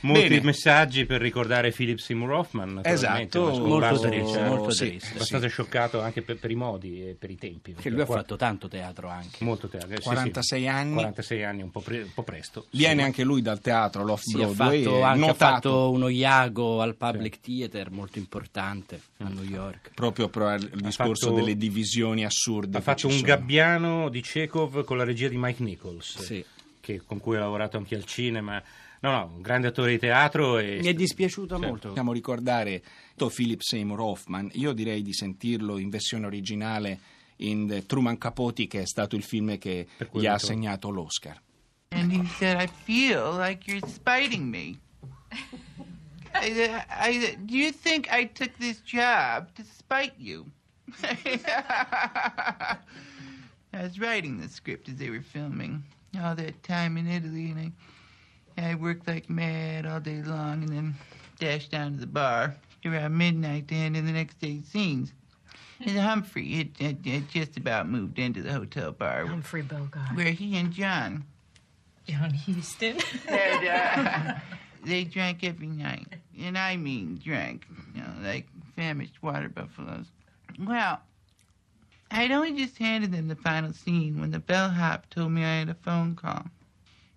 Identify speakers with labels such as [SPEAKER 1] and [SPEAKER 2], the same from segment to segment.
[SPEAKER 1] Molti
[SPEAKER 2] Bene.
[SPEAKER 1] messaggi per ricordare Philip Seymour Hoffman. naturalmente,
[SPEAKER 2] Esatto,
[SPEAKER 1] una scomparsa
[SPEAKER 3] molto
[SPEAKER 1] che ci
[SPEAKER 3] triste,
[SPEAKER 1] ha-
[SPEAKER 3] molto
[SPEAKER 1] sì,
[SPEAKER 3] triste,
[SPEAKER 1] Abbastanza scioccato anche per, per i modi e per i tempi.
[SPEAKER 3] Che
[SPEAKER 1] perché
[SPEAKER 3] lui ha
[SPEAKER 1] qua-
[SPEAKER 3] fatto tanto teatro anche.
[SPEAKER 1] Molto teatro. sì, sì.
[SPEAKER 2] 46 anni.
[SPEAKER 1] 46 anni, un po', pre- un po' presto.
[SPEAKER 2] Viene
[SPEAKER 1] Sì.
[SPEAKER 2] anche lui dal teatro, l'off
[SPEAKER 3] Sì, ha
[SPEAKER 2] Broadway,
[SPEAKER 3] fatto,
[SPEAKER 2] è
[SPEAKER 3] anche, ha
[SPEAKER 2] notato
[SPEAKER 3] fatto uno Iago al Public Theater molto importante a New York.
[SPEAKER 2] proprio per il discorso
[SPEAKER 1] fatto-
[SPEAKER 2] delle divisioni assurde.
[SPEAKER 1] Ha
[SPEAKER 2] che
[SPEAKER 1] fatto
[SPEAKER 2] ci
[SPEAKER 1] un
[SPEAKER 2] sono.
[SPEAKER 1] gabbiano di Chekhov con la regia di Mike Nichols,
[SPEAKER 3] Sì.
[SPEAKER 1] che- con cui ha lavorato anche al cinema. No, no, un grande attore di teatro. E...
[SPEAKER 3] Mi è dispiaciuto
[SPEAKER 1] Sì.
[SPEAKER 3] molto.
[SPEAKER 2] Dobbiamo ricordare to- Philip Seymour Hoffman, io direi di sentirlo in versione originale in The Truman Capote che è stato il film che
[SPEAKER 1] Per cui
[SPEAKER 2] gli ha
[SPEAKER 1] vinto-
[SPEAKER 2] assegnato l'Oscar.
[SPEAKER 4] And he said, I feel like you're spiting me. I, said, I, said, do you think I took this job to spite you? I was writing the script as they were filming all that time in Italy, and I, I worked like mad all day long and then dashed down to the bar around midnight to end in the next day's scenes. And Humphrey had, had, had just about moved into the hotel bar
[SPEAKER 5] Humphrey Bogart.
[SPEAKER 4] where he and John
[SPEAKER 5] John Houston.
[SPEAKER 4] and, uh, they drank every night. And I mean drank, you know, like famished water buffaloes. Well, I'd only just handed them the final scene when the bellhop told me I had a phone call.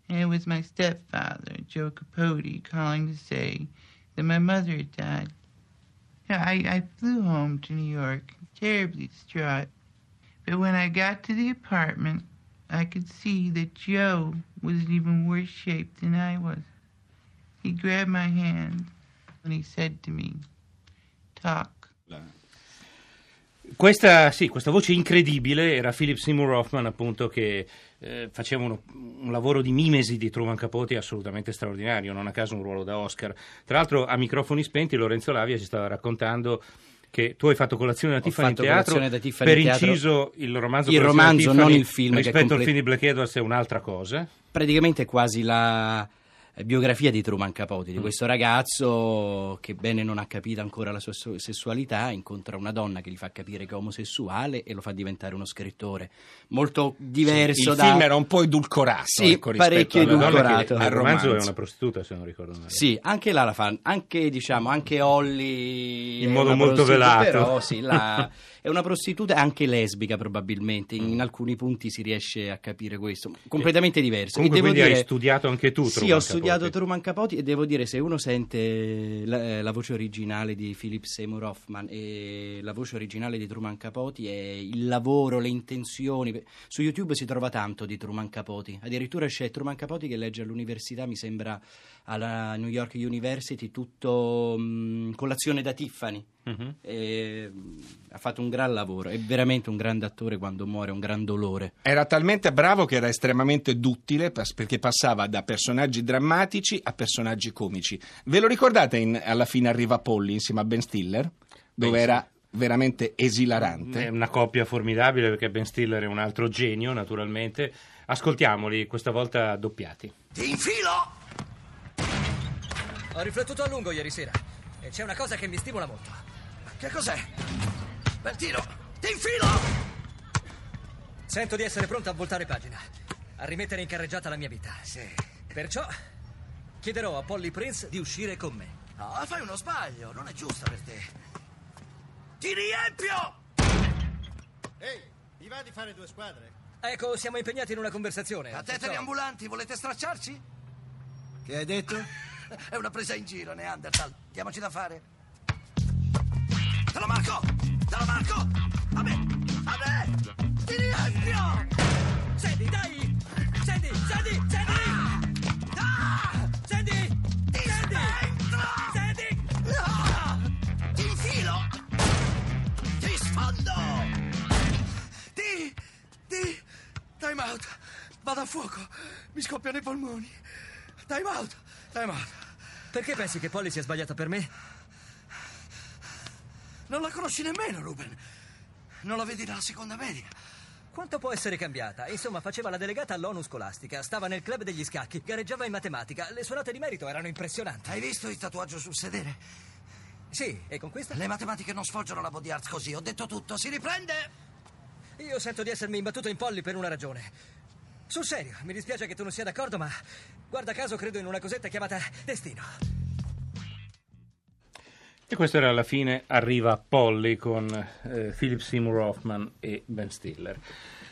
[SPEAKER 4] And it was my stepfather, Joe Capote, calling to say that my mother had died. Yeah, I, I flew home to New York, terribly distraught. But when I got to the apartment, I could see that Joe was in even worse shape than I was. He grabbed my hand and he said to me, Talk.
[SPEAKER 1] Questa, sì, questa voce incredibile era Philip Seymour Hoffman, appunto, che eh, faceva uno- un lavoro di mimesi di Truman Capote assolutamente straordinario, non a caso un ruolo da Oscar. Tra l'altro, a microfoni spenti, Lorenzo Lavia ci stava raccontando che tu hai fatto colazione da
[SPEAKER 3] Ho
[SPEAKER 1] Tiffany in
[SPEAKER 3] fatto
[SPEAKER 1] teatro
[SPEAKER 3] colazione da Tiffany
[SPEAKER 1] per
[SPEAKER 3] in teatro.
[SPEAKER 1] inciso il romanzo
[SPEAKER 3] Il
[SPEAKER 1] Colazione da
[SPEAKER 3] romanzo,
[SPEAKER 1] Tiffany,
[SPEAKER 3] non il film, che è
[SPEAKER 1] rispetto al
[SPEAKER 3] comple-
[SPEAKER 1] film di Black Edwards è un'altra cosa
[SPEAKER 3] praticamente è quasi la eh, biografia di Truman Capote, di questo ragazzo che bene non ha capito ancora la sua so- sessualità, incontra una donna che gli fa capire che è omosessuale e lo fa diventare uno scrittore molto diverso
[SPEAKER 2] il
[SPEAKER 3] da...
[SPEAKER 2] film era un po' edulcorato,
[SPEAKER 3] Sì,
[SPEAKER 2] ecco, rispetto
[SPEAKER 3] parecchio
[SPEAKER 2] alla-
[SPEAKER 1] La donna
[SPEAKER 3] edulcorato.
[SPEAKER 1] che
[SPEAKER 2] al
[SPEAKER 1] nel romanzo è
[SPEAKER 2] romanzo.
[SPEAKER 1] una prostituta se non ricordo male
[SPEAKER 3] Sì, anche là la fanno, anche diciamo, anche Holly.
[SPEAKER 1] In
[SPEAKER 3] è
[SPEAKER 1] modo
[SPEAKER 3] una
[SPEAKER 1] molto
[SPEAKER 3] prostituta,
[SPEAKER 1] velato.
[SPEAKER 3] Però sì, là è una prostituta e anche lesbica probabilmente, in, alcuni punti si riesce a capire questo, completamente diverso.
[SPEAKER 1] Comunque,
[SPEAKER 3] e devo
[SPEAKER 1] quindi hai
[SPEAKER 3] dire,
[SPEAKER 1] studiato anche tu
[SPEAKER 3] Sì,
[SPEAKER 1] Truman
[SPEAKER 3] ho studiato
[SPEAKER 1] Capote.
[SPEAKER 3] Truman Capote e devo dire se uno sente la, la voce originale di Philip Seymour Hoffman e la voce originale di Truman Capote e il lavoro, le intenzioni, su YouTube si trova tanto di Truman Capote, addirittura c'è Truman Capote che legge all'università, mi sembra alla New York University, tutto mh, colazione da Tiffany.
[SPEAKER 1] Mhm.
[SPEAKER 3] E, mh, ha fatto un gran lavoro, è veramente un grande attore quando muore, un gran dolore.
[SPEAKER 2] Era talmente bravo che era estremamente duttile pas- perché passava da personaggi drammatici a personaggi comici. Ve lo ricordate in- alla fine arriva Polly insieme a Ben Stiller, dove
[SPEAKER 1] Beh, sì. Eh,
[SPEAKER 2] era veramente esilarante.
[SPEAKER 1] È una coppia formidabile perché Ben Stiller è un altro genio, naturalmente. Ascoltiamoli, questa volta doppiati.
[SPEAKER 6] Ti infilo!
[SPEAKER 7] Ho riflettuto a lungo ieri sera e c'è una cosa che mi stimola molto.
[SPEAKER 6] Che cos'è? Bel tiro! Ti infilo!
[SPEAKER 7] Sento di essere pronto a voltare pagina, a rimettere in carreggiata la mia vita.
[SPEAKER 6] Sì.
[SPEAKER 7] Perciò chiederò a Polly Prince di uscire con me.
[SPEAKER 6] No, fai uno sbaglio, non è giusto per te. Ti riempio!
[SPEAKER 8] Ehi, vi va di fare due squadre?
[SPEAKER 7] Ecco, siamo impegnati in una conversazione.
[SPEAKER 6] Attenti agli
[SPEAKER 7] perciò-
[SPEAKER 6] ambulanti, volete stracciarci?
[SPEAKER 8] Che hai detto?
[SPEAKER 6] È una presa in giro, Neanderthal. Diamoci da fare. Te lo marco! Te lo marco! A me! A me! Ti riempio!
[SPEAKER 7] Senti, dai! Senti, senti, senti!
[SPEAKER 6] Ah!
[SPEAKER 7] Senti!
[SPEAKER 6] Ti spengo!
[SPEAKER 7] Senti!
[SPEAKER 6] Ah! Ti infilo! Ti sfondo! Ti... Ti... Time out! Vado a fuoco! Mi scoppiano i polmoni! Time out! Time out!
[SPEAKER 7] Perché pensi che Polly sia sbagliata per me?
[SPEAKER 6] Non la conosci nemmeno, Ruben! Non la vedi dalla seconda media!
[SPEAKER 7] Quanto può essere cambiata? Insomma, faceva la delegata all'ONU scolastica, stava nel club degli scacchi, gareggiava in matematica, le sue note di merito erano impressionanti.
[SPEAKER 6] Hai visto il tatuaggio sul sedere?
[SPEAKER 7] Sì, e con questo?
[SPEAKER 6] Le matematiche non sfoggiano la body art così, ho detto tutto, si riprende!
[SPEAKER 7] Io sento di essermi imbattuto in Polly per una ragione. Sul serio, mi dispiace che tu non sia d'accordo, ma guarda caso credo in una cosetta chiamata destino.
[SPEAKER 1] E questa era la fine, arriva Polly con eh, Philip Seymour Hoffman e Ben Stiller.